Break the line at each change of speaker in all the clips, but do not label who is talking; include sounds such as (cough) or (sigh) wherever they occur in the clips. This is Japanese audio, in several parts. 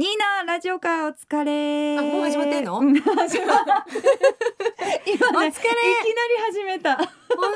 ニーナラジオかお疲れ
あもう始まってんの
うん始まった今ね
お疲れ
いきなり始めた
も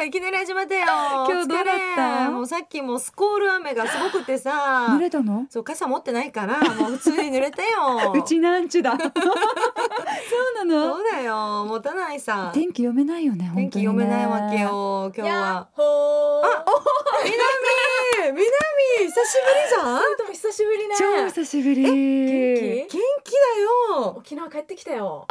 ういきなり始まったよ。
(laughs) 今日どうだった
お疲れもうさっきもうスコール雨がすごくてさ
濡。れたの。
そう傘持ってないからもう普通に濡れた
(laughs)
よ
うちなんちゅ
(laughs)
だそうな
そ
の
うだよ持たないさ。
天気読めないよね
天
本当
気
にね
読めないわけよ今日は。
ほー。あ、
南南久しぶりじゃん。
おとも久しぶりね。
超久しぶり
元気だよ。
沖縄帰ってきたよ。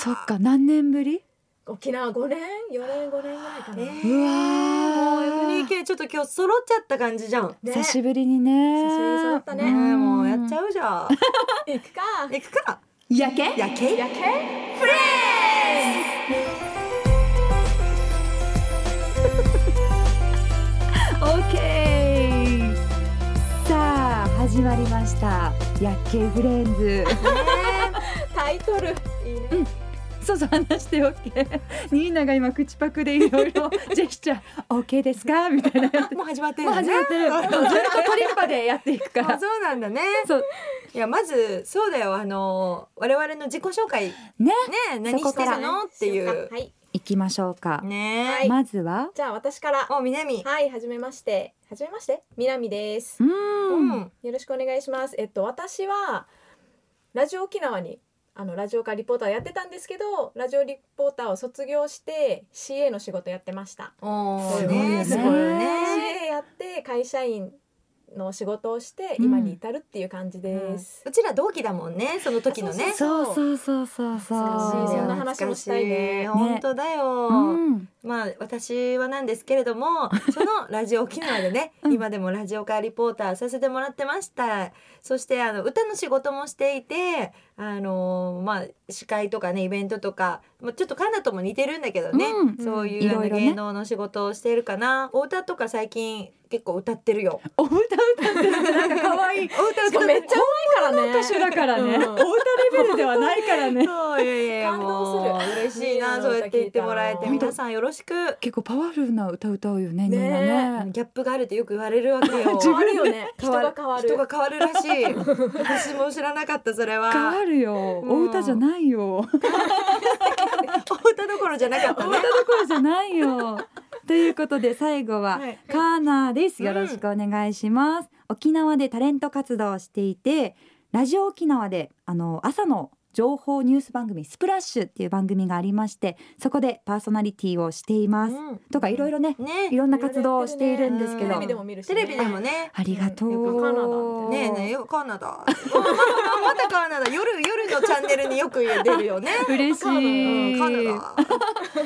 そっか何年ぶり
沖縄五年、四年、五年ぐらいかな。
ね
うわー
FDK ちょっと今日揃っちゃった感じじゃん。
ね
久しぶりにね
久しぶりに揃ったね
ねえもうやっち
う
ゃうじゃん。
行くか。
行くか。
んや (laughs) け
夜景。
やけ。
オーケーさあ始まりました「薬系フレンズ
タイトル。いいね。」
そうそう話してオッケー (laughs) ニーナが今口パクでいろいろ (laughs) ジェスチャー「オーケーですか?」みたいなやって
もう始まってる
もう
よね。
始まってる
(laughs)
ずっとトリッパでやっていくか
あ
ら
そうなんだね。
そう
いやまずそうだよあの我々の自己紹介ね
ね
何
そ
し
こか
て
ら
たのってい
そう
う
かはい。
行きましょうか、
ね
は
え
い
まずは
じゃあ私から。
お南
はい、はじめまして。はじめまして。南です。
う
うんん
よろしくお願いします。えっと私はラジオ沖縄にあのラジオかリポーターやってたんですけど、ラジオリポーターを卒業して CA の仕事やってました。
お
す
ー
ごいよね
ねすごいよね
CA やって会社員の仕事をして
うん
今に至るっていう感じです。
うちら同期だもんねその時のね
あ
そうそうそうそうそう
懐かしいそんな話もしたいね
懐かしい本当だよ、
うん
まあ私はなんですけれどもそのラジオ沖縄でね、
うん
今でもラジオカーリポーターさせてもらってましたそしてあの歌の仕事もしていてあのまあ司会とかねイベントとか、まあ、ちょっとカンナとも似てるんだけどね、
うん
そういううんあの
いろいろね
芸能の仕事をしているかな、お歌とか最近結構歌ってるよ
お歌歌ってるのなんか可愛い
お歌
しかもめっちゃうまいからね。
歌手だからね、
うん
お歌レベルではないから (laughs) ね
そういやいやいや
感動する
もう嬉しい
いい
な
な
そうやって言ってもらえ
歌
て
聞いたの
皆さんよろしく
結構パワフルな歌歌うよね
ね
みんなね
ギャップがあるってよく言われるわけ
(laughs)
よ
変わるよね。人
変わる
が変わる。
人が変わるらし
(laughs)
い私も知らなかったそれは
変わるよ、
うん
お歌じゃないよ
お歌どころじゃなかっ
お
た
歌
ね
どころじゃないよということで最後は、
はい
カーナーです
うん
よろしくお願いします、沖縄でタレント活動をしていてラジオ沖縄であの朝の情報ニュース番組スプラッシュっていう番組がありましてそこでパーソナリティをしています、
うん
とかいろいろねい
ね
ろんな活動をしているんですけ
テ
ど、
レビでも見るし
テ
ね。
レビでもね
ありがとう。
よくカナダみ
ねえねえよカナダまたカナダ夜夜のチャンネルによく出るよね
(laughs) 嬉し
うん
い。
カナダ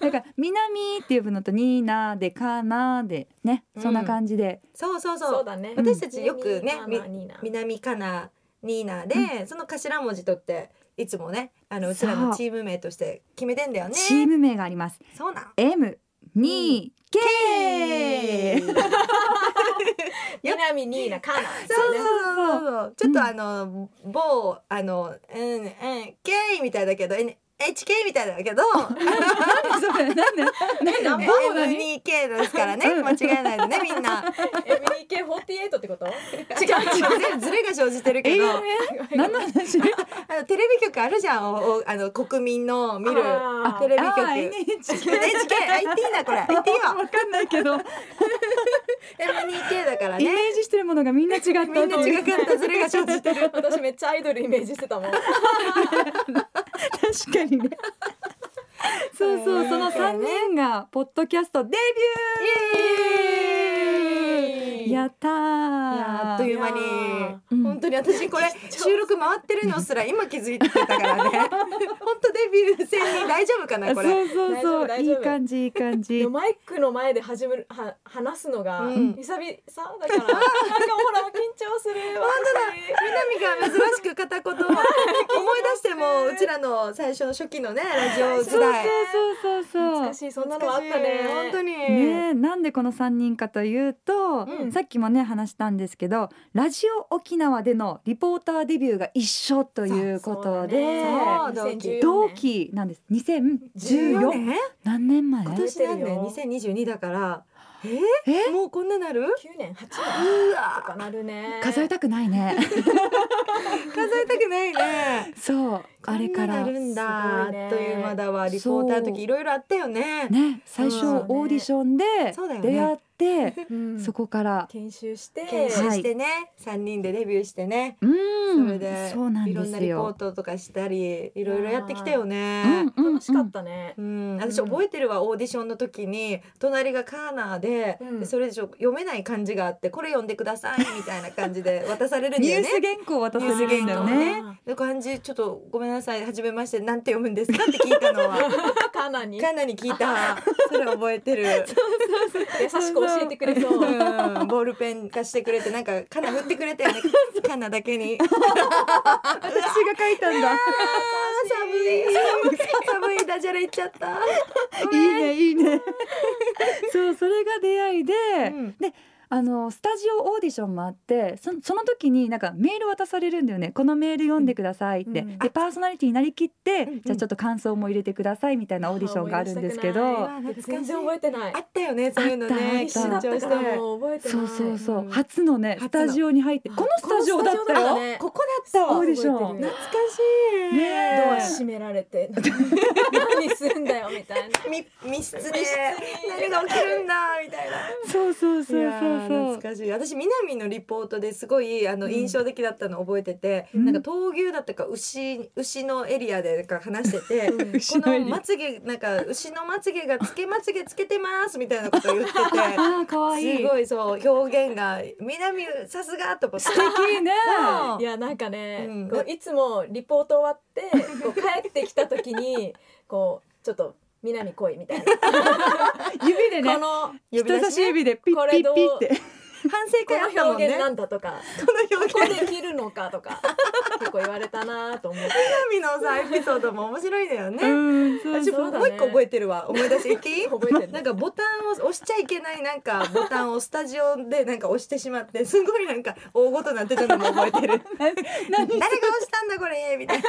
なんか南っていうのとニーナでカナでね、
うん
そんな感じで。
そうそう
そ
そう
うだね。
私たちよくね
ニーナニーナ
南かなニーナでその頭文字取っていつもねあのうちらのチーム名として決めてんだよね
チーム名があります。
そうなん
M 2 K。
南ニーナカナ。
そう
ね
そうそうそう。ち
う
ょっ
ん
とあの、某あのうんうん K みたいだけど、N、HK みたいだ
(laughs)
けど、
何それ？何ね？
あの
何ね？
M2K ですからね、
うん
間違えないでねみん
(laughs)
な。
MDK48 ってこと？違
違う違う。ズレが生じてるけど、あ
う
何の話？
のテレビ局あるじゃん。おおあの国民の見る
あー
テレビ
あ
局。
ー
NHK、
NHK。
IT
(laughs)
だこれ、IT は
わかんないけど、
M2K だから
イ
ね。
メージしてるものがみんな違った。
みんな違かったズレが生じてる。
私めっちゃアイドルイメージしてたもん。
確かにね。そうそう、その三人がポッドキャストデビュー。やった
いやーあ
ー
っという間に
いや
ー
本当に私これ収録回ってるのすら今気づいて
(laughs)
たからね本当デビュー戦に大丈夫かなこれ
そうそう
大丈夫
そう、
大
い
丈
い
夫
感じ、いい感じ。
マイクの前で始めるは話すのが
うん
久々だから、なんかほら緊張する本
南が珍しく片言を思い出してもうちらの最初の初期のねラジオ時
そう
代
そうそうそう
難。しいそんなのあったね
本当に、
ねえ、なんでこの三人かというと、
うん
さっきもね話したんですけどラジオ沖縄でのリポーターデビューが一緒ということで、
そうだね
同期なんです2014
年
何年前
今
覚え
年
て
な
る
んで
よ
2022だからえ
え
もうこんななる
(laughs)
9年8
う
年と
わ
かなるね
数えたくないね
(laughs) 数えたくないね
そうあれか
こんな
ら
なるんだ
す
あ
ごいね
っという間だわリポーターの
そう
時いろいろあったよね
ね最初
そう
ね
オーディションで
そうだよね
出会って
うん
そこ
(laughs)
から
研修して
研修
はい
してね、三人でデビューしてね
う
そ
ん
れで
そうなん
いろ
で
んな
す
リポー
よ
トとかしたりいろいろやってきたよね。
うんうんうん
楽しかったね、
うん、私覚えてるわ、オーディションの時に隣がカーナーで、
うん
それでしょ読めない漢字があってこれ読んでくださいみたいな感
(laughs)
じで渡されるん
ニ
だ
ュ
よ
ー
ね
ス。原稿を渡
ニ
さ
ュース
れるんだ
原
よ
稿
ね
ね。で漢字ちょっとごめんなさい初めましてなんて読むんですかって聞いたの
(laughs)
は
カ
(laughs)
ナに
カーナーに聞いたそれ覚え
(laughs)
てる。
優しく教えてくれそう
うんボールペン貸してくれてなんかカナ振ってくれた
(laughs)
よねカナだけに。
私が書いたんだ
寒い寒いダジャレ言っちゃっ
い
た。
いねいいねそうそれが出会いで、
うん
あのスタジオオーディションもあってそその時になんかメール渡されるんだよねこのメール読んでくださいって、
うん
でパーソナリティになりきって、
うんうん
じゃあちょっと感想も入れてくださいみたいなオーディションがあるんですけ
あ
ど
思い出したくな
あ懐かしい
全然覚えてない
あったよねそういうの
あったあ
ね
った
必死だったからもう覚えて
そ
な
う
い
そうそう、
うん
初のね
初の
スタジオに入ってこのスタジオだった
このスタジ
よ
オだったね
ここだったわ
オーデ
懐
ィション
ね
かしい
ねえ
ドア閉められて (laughs) 何するんだよみたいな
密密室で
密室
何
に
が起きるんだみたいな
そうそう
い
そう
や
そうそう
ー懐かしい私南のリポートですごいあの
うん
印象的だったの覚えてて、
うん
なんか闘牛だったか牛牛のエリアでなんか話してて、
うん
牛
こ
のエ
の
リア
まつげなんか牛のまつげがつけまつげつけてますみたいなこと言ってて
あー可愛い
すごいそう表現が南さすがと
(laughs)
思って素
いいね
いやなんかね、
うん
こういつもリポート終わってこう帰ってきた時にこうちょっと南来いみたい
(laughs)
なこ
指でね
の
呼び
人
出しね
差し指でピッ
こ
ピ
れど
ッ
う
ピッって
反省会あっ
こ
たも
の
ん
表
ね
現なんだとか
この表現
ここで切るのか
(laughs)
とか結構言われたなと思って
南のさエピソードも面白いんだよね、
うんそう
私
そう
も
そうだ
もう
ね
一個覚えてるわ思い出していき
(laughs) 覚えてる
なんかボタンを押しちゃいけないなんかボタンをスタジオでなんか押してしまってすごいなんか大ごとなってたのも覚えて
(laughs)
る誰が押したんだこれみたいな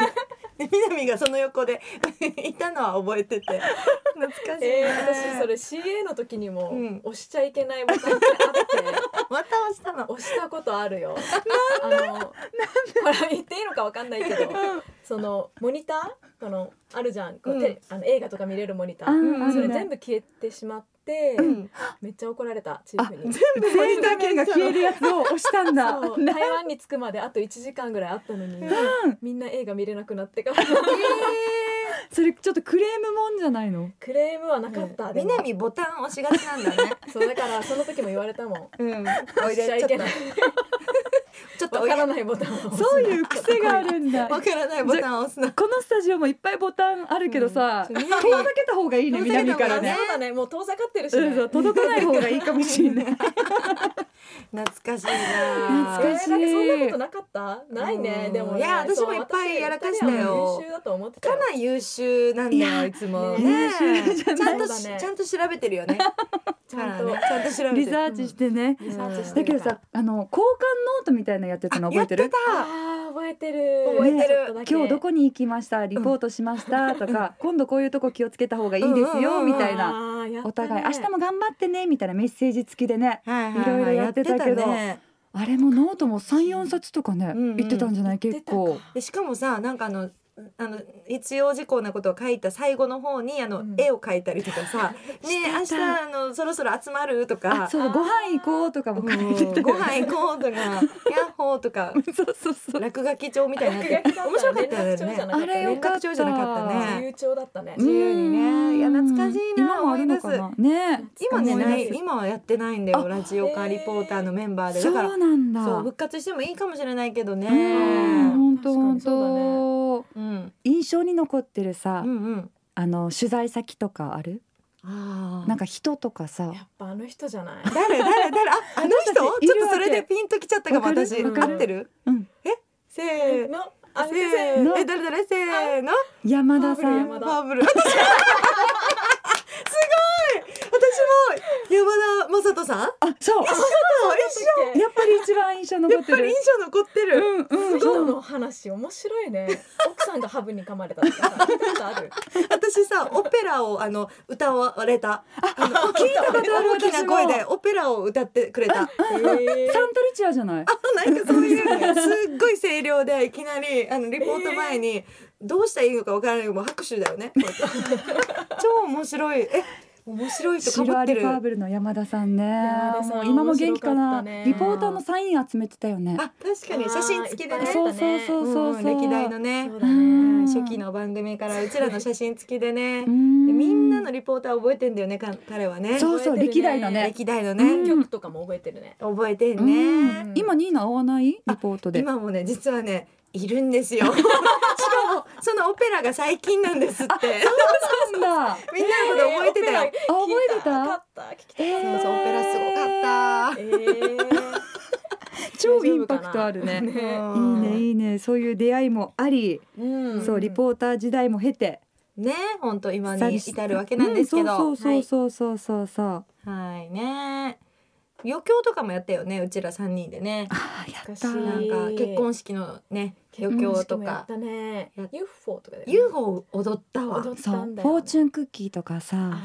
で南がその横でいたのは覚えてて懐かしい、ね
えー、私それ CA の時にも
うん
押しちゃいけないボタンってあ
(laughs)
って
また押したの
押したことあるよ。あのこれ言っていいのかわかんないけど、そのモニターこのあるじゃん、こう
うん
テあの映画とか見れるモニタ
う
ー、
んうん
それ全部消えてしまって、
うん
めっちゃ怒られたチーフに。
全員だけが消えるやつを押したんだ
(laughs) そう台湾に着くまであと1時間ぐらいあったのに、みんな映画見れなくなってから (laughs)
それちょっとクレームもんじゃないの
クレームはなかった、でも
南ボタン押しがちなんだね
そうだからその時も言われたもん
うんお
押
い
し
で
ち
ちょ
ゃい
っと
けない
(laughs)
ちょっと
わ
おい
か
で
らないボタンを押す
そういう癖があるんだ
(laughs) わからないボタンを押すな
このスタジオもいっぱいボタンあるけどさ、
うん
遠ざけた方がいいね
遠ざけ
南
た方が
から
そう
ね
ね
だねもう遠ざかってるし、
う
ね
んそう届かない方がいいかもしれない
懐かしいな
懐かしい
えーだってそんなことなかったないね、
うん
でもね
いや私もいっぱいやらかしたよ
優秀だと思ってた
かなり優秀なんだ
いや
よいつも
ね
ね
優秀じ
ち
ゃ
ない
ゃんと
そう
し
だね
ちゃんと調べて
(laughs)
るよね
ちゃんと
かなりねちゃんと調べてる
リサーチしてね、
リサーチして
だけどさあの交換ノートみたいなのやってたの覚えて
や
る
ってた
あー覚えてる
覚えてる
ちょっとだけ
今日どこに行きましたリポートしましたとか、今度こういうとこ気をつけた方がいいです
うんうんうん
よ
うん
みたいな、
あーやったね
お互い明日も頑張ってねみたいなメッセージ付きでね
はい
いろいろやってたけど
やってたね
あれもノートも34冊とかね、
うんうん
言ってたんじゃない
言って
結
たか
構
でしかもさなんかあのあの必要事項なことを書いた最後の方にあの、
うん
絵を描いたりと
(laughs)
かさ「ねえ明
して
日
た
あのそろそろ集まる?」と
あ
か
そうだ
あー
ご飯行こうとか
「う
も
ん
書いてたよね
ご飯行こう」とか「ヤッホー」とか
そうそうそう
落書き帳みたいになって
落書きだった
面白かったよ
連絡帳じ
ね
ゃな。かった
あれよ
連
かった
絡帳じゃなかった
自
ね。
由帳だったね
うん
自由にねいや懐かしいな
今もあるのかなね
今ね
思い出
ない
す
今はやってないんだ
あ
よラジオカリポーターのメンバーでだから
そうなんだ
そう
う
復活してもいいかもしれないけどね。
ん本当
確か
本
にそ
当
うん
印象に残ってるさ、
うんうん。
あの取材先とかある
ああ。
なんか人とかさ
やっぱあの人じゃない
誰誰誰ああの人
私たちい
ちょっ
るわ
と
け
それでピンときちゃったかも
わかる
私
わ
かる
合ってる？
うん
えせーの。
のあれ
せー
の
のえ誰誰せーの
山田さ
(laughs)
あ
ん
山
フ
田
ァーブル。すごい。私も山田雅人さん
あそう
そう
やっぱり一番印象残
やっ
って
ぱり
る
印象残ってる、
うんうん
人
そう
の話面白いね奥さんがハブに噛まれたとかさ聞いたことある
(laughs)
(laughs) 私さオペラをあの歌わ
(laughs)
れたあの聞いたことある大きな声でオペラを歌ってく
(laughs)
れたあ
サ
え
ントリチアじゃない
なんかそういうすっごい声量でいきなりあのリポート前にどうしたらいいのかわからないけどもう拍手
(laughs)
だよねこうやって超面白いえ面白いとか
シ
ぶ
ロ
っ
ア
て
リ
る
ファーブルの山田さんね
山田さん
もう今も元気か
面白か
な
ったね
リポーターのサイン集めてたよね
あ確かに写真付きで
あーいっぱいあ
ね
る
そうそうそう
うん
そう
う
そ
ん
う
歴代のね
そう
う
だ
ん
ね
初期の番組からうちらの写真付きでね
う
で
ん
みんなのリポーター覚えてんだよねか彼はね
そうそう
覚えてるね
歴代のね
歴代の
うん
ね
曲とかも覚えてるね
覚えてん
う
ね
ん今ニーナ会わないリポートで
今もね実はねいるんで
(laughs)
すよしかもそのオペラが最近なんですって
そうなんだ
みんなのこと覚えてたよ、
え
あ
ーオ
覚
ペラ
えてた
聞いわかった聞きた
えー
そうそうオペラすごかっ
え
(laughs)
ー
超インパクトあるね
大丈夫かな
いうい
ん
ねいいねそういう出会いもあり、
うん
そうリポーター時代も経て
たね本当今に
寂し
至るわけなんですけど、
うんそうそうそうそうそうそう、
はい、はいね余興とかもやったよねうちら三人でね
あーやった
懐
な
か
ん
しい
か結婚式のね余興と
や
か
ったね
やっ
UFO とかだよね
UFO 踊ったわ
踊った
そうん
だよ
フォーチュンクッキーとかさ
あ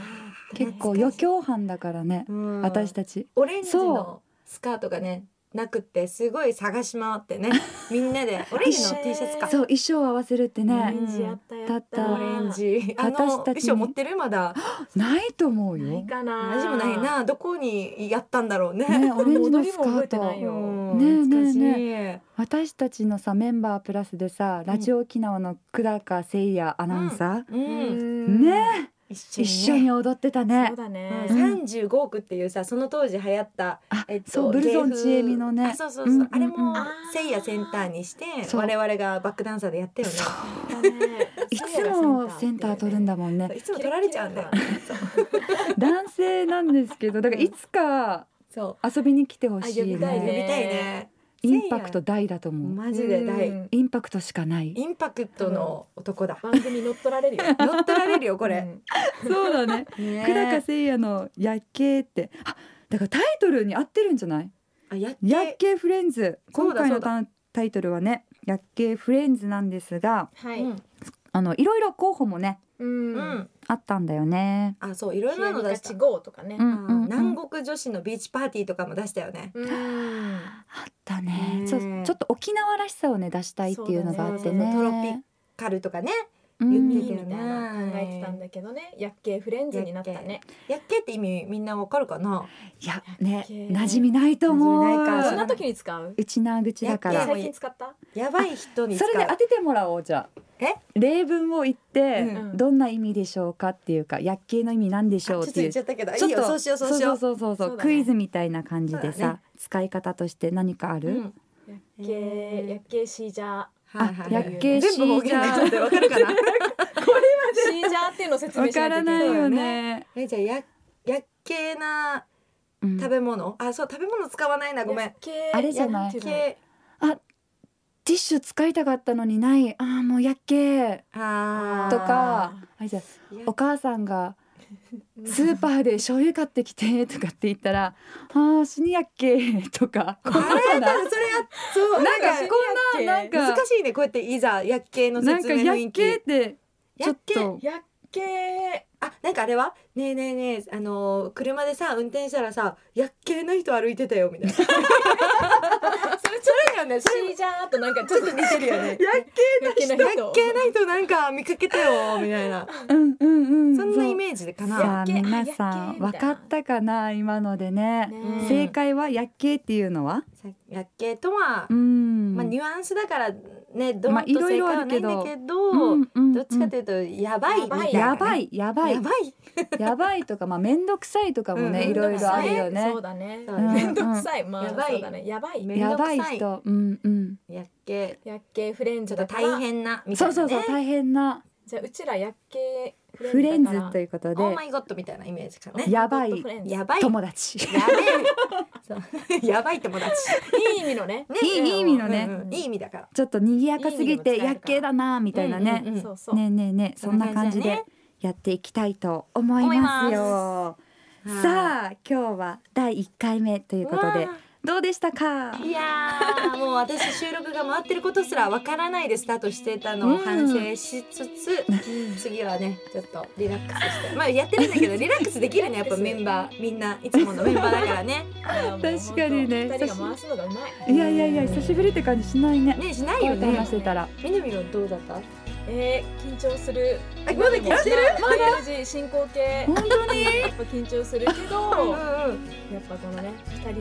ー
結構余興班だからね、
うん
私たち
オレンジの
そ
スカートがねなくってすごい探し回っ
(laughs)
てねみんなでオレンジの T シャツか
そう衣装合わせるって
オレ
ね、
ンジやったやった
だ
オ
った
レンジあの
私
衣
たちに
装持ってるまだ
ないと思うよ
ない
ね
かな
大丈夫ないなどこにやったんだろうね
(laughs)
オレンジのスカ
踊りも覚
ー
えてな
ト
いよ
うん
ねえ
懐かしい
ね私たちのさメンバープラスでさラジオ沖縄の久高誠也アナウンサ
う
ー、
うんん
ね
一
一緒に
ね
踊ってた
そ
ね
うだね
うん
三十五区っていうさその当時流行った
あ、
えっと
そうブルゾン
芸風
ちえみのね
あそうそうそう、
うんうんうん
あれも
あー
せいやセンターにして
そう
我々がバックダンサーでやったよね
だね
いつもセンター取るんだもんね
いつも取られちゃうんだよ (laughs)
男性なんですけどだからいつか
そう
遊びに来てほしい
あ呼びたい
呼び
ね
ね
たいね
インパクト大だと思う
マジで大、
うん
インパクトしかない
インパクトの男だ
番組乗っ取られ (laughs) るよ
乗っ取られるよこれ、
そうだね
(laughs) ね
久高誠也の夜景ってあだからタイトルに合ってるんじゃない
あやっ
夜
け、
景フレンズ
そう
今
だ
回のタタイトルはね夜景フレンズなんですが
は
うん
あのいろいろ候補もね
うん
う
うん
ん、
あったんだよね
あそういろんなの出した、
号とかね
うんうん
あ
うん
南国女子のビーチパーティーとかも出したよね
うん
あったねちょ
ね
ちょっと沖縄らしさをね出したいっていうのがあってね
そうだねカルとかね
う
言
ん
って
いいみたいな考えてたんだけどね薬系フレンズになったね
やっけって意味みんなわかるかない
や
夜
ね
景
馴染みないと思
馴染
う
みないか
そんな時に使う
うちな口だか
いや
ら
い
そ
や
最近使った
やばい人に使う
れで当ててもらおうじゃあ
え
例文を言って、
うん
どんな意味でしょうかっていうか薬景の意味なんでし
ち
ょ
ょっ
う
と
ってい
言っ
う
ちゃったけどい
ちょっ
い
と
よそうしようそうしよう
そうそうそうそう
そうだね
クイズみたいな感じで
そうだ
さ、
ね
使い方として何かある、
うん
薬系薬系シージャー
はいはい
あ
はい
夜
景
全部方言になっちゃってわかるかな
(laughs)
(laughs)
シージャーっていうのを説
わ
明し
か
ないと
ら
い
な
けないい
よ
よ
ね
えじゃあややっけな
うん
食べ物、あそう食べ物使わないなごめん
薬系
あれじゃない
やっ
薬系
け
ティッシュ使いたかったのにないあーもう薬景
あー
とかあれじゃ
や
お母さんが
うん
スーパーで醤油買ってきてとかって言ったら「ああ死にやっけ」とかこんな
あれ
ことない
それやそう
なんか
なんか
こんななんか
難しいねこうやっていざやっけの
なん
説
か
明雰
や
囲
っ
気
けってち
や
ょ
っ
っ
け
と
薬系
あなんかあれはねえねえねえあのー車でさ運転したらさやっけの人歩いてたよみたいな
(laughs)
それそれだよねそれ
シージャーとなんかち
ち
ょっ
ょっと似てるよ (laughs) ね
やっけ
と薬系の
やっ
人
けの人なんか見かけ
(laughs)
たよみたいな
うんうんうん
そんなイメージか
さ
な
あ
やっけ
皆
あや
さん
っけみたい
分
な
かったかな今のでね
うん
正解は「やっけ」っていうのは
さやっけとは
うん
まあニュアンスだからねど
まあ
んと
い
正
ろい
解
ろ
は
あ
な
るけ
いん
ど
だけど
うんうんうん
どっちかというとやばいみたいなね
やばいやばい
やばい
やばいとかまあ面倒くさいとかも
うん
ねいろいろあるよね
そうだね
そう
だね
めんどくさいまあ
やばい
そうだねやばい
めんど
や
くさ
ば
い
い人うんうん
やっけ
薬系フレン
ちょ
ズ
っと
だから
大変なみたい
そう
な
そうそう大変な
じゃあうちら薬系
フレンズと
いう
いうこと
オー
で
マイゴッドみたいなイメージかね
やばい
やばい
友達 (laughs)
やべえそう (laughs) やばい友達
いい意味のね
いいいい意味のね
うんうんいい意味だから
ちょっと賑やかすぎて
いいね
夜景だなみたいなね、
うんうん
そうそう
ねえねえねえそんな感じ
そん
で
な感
やっていきたいと思いますよ。
あ
さあ今日は第1回目ということでどうでしたか
いやーもう私収録が回ってることすらわからないでスタートしてたの
う
を
ん
反省しつつ、次はねちょっとリラックスしてまあやってるんだけどリラックスできるねやっぱメンバーみんないつものメンバーだからね
確かにね
二人が回すのがうまい。
いやいやいや久しぶりって感じしないね
ねしな
こ
い
うや
よ
って話
ね
してたら
南はどうだった
えー、緊張する。
あまだ緊張してる
まだ毎日進行形。
本
当に。やっぱ緊張するけ
うん
ど、
う
やっ
んうん
ぱこのね、二人の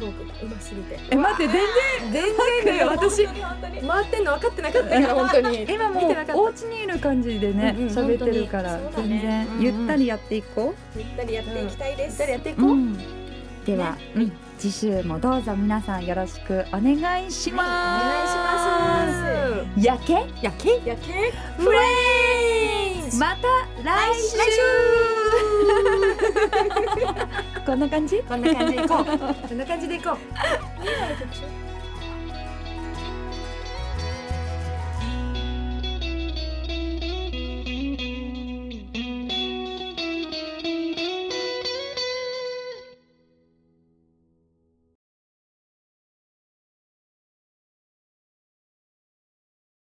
トークがうますぎて。
(laughs) え待って全
全然だよ私
本当に本当に。
回ってんの分かってなかったから本当
(laughs)
に
然今も
見
う
てなかった
お家にいる感じでね
うんうん
喋ってるから
本当
全
にそうだね
然ゆったりやっていこ
ゆったりやっていきたいです。
誰やっていうこう、
うんではうん次週もどうぞ皆さんよろしくお願いし
お願い
ま
します
すやけ
いやけ
いや、け
フレンズ
また来週
来
こんな感じ
こんな感じでいこうこんな感じでいこう
ー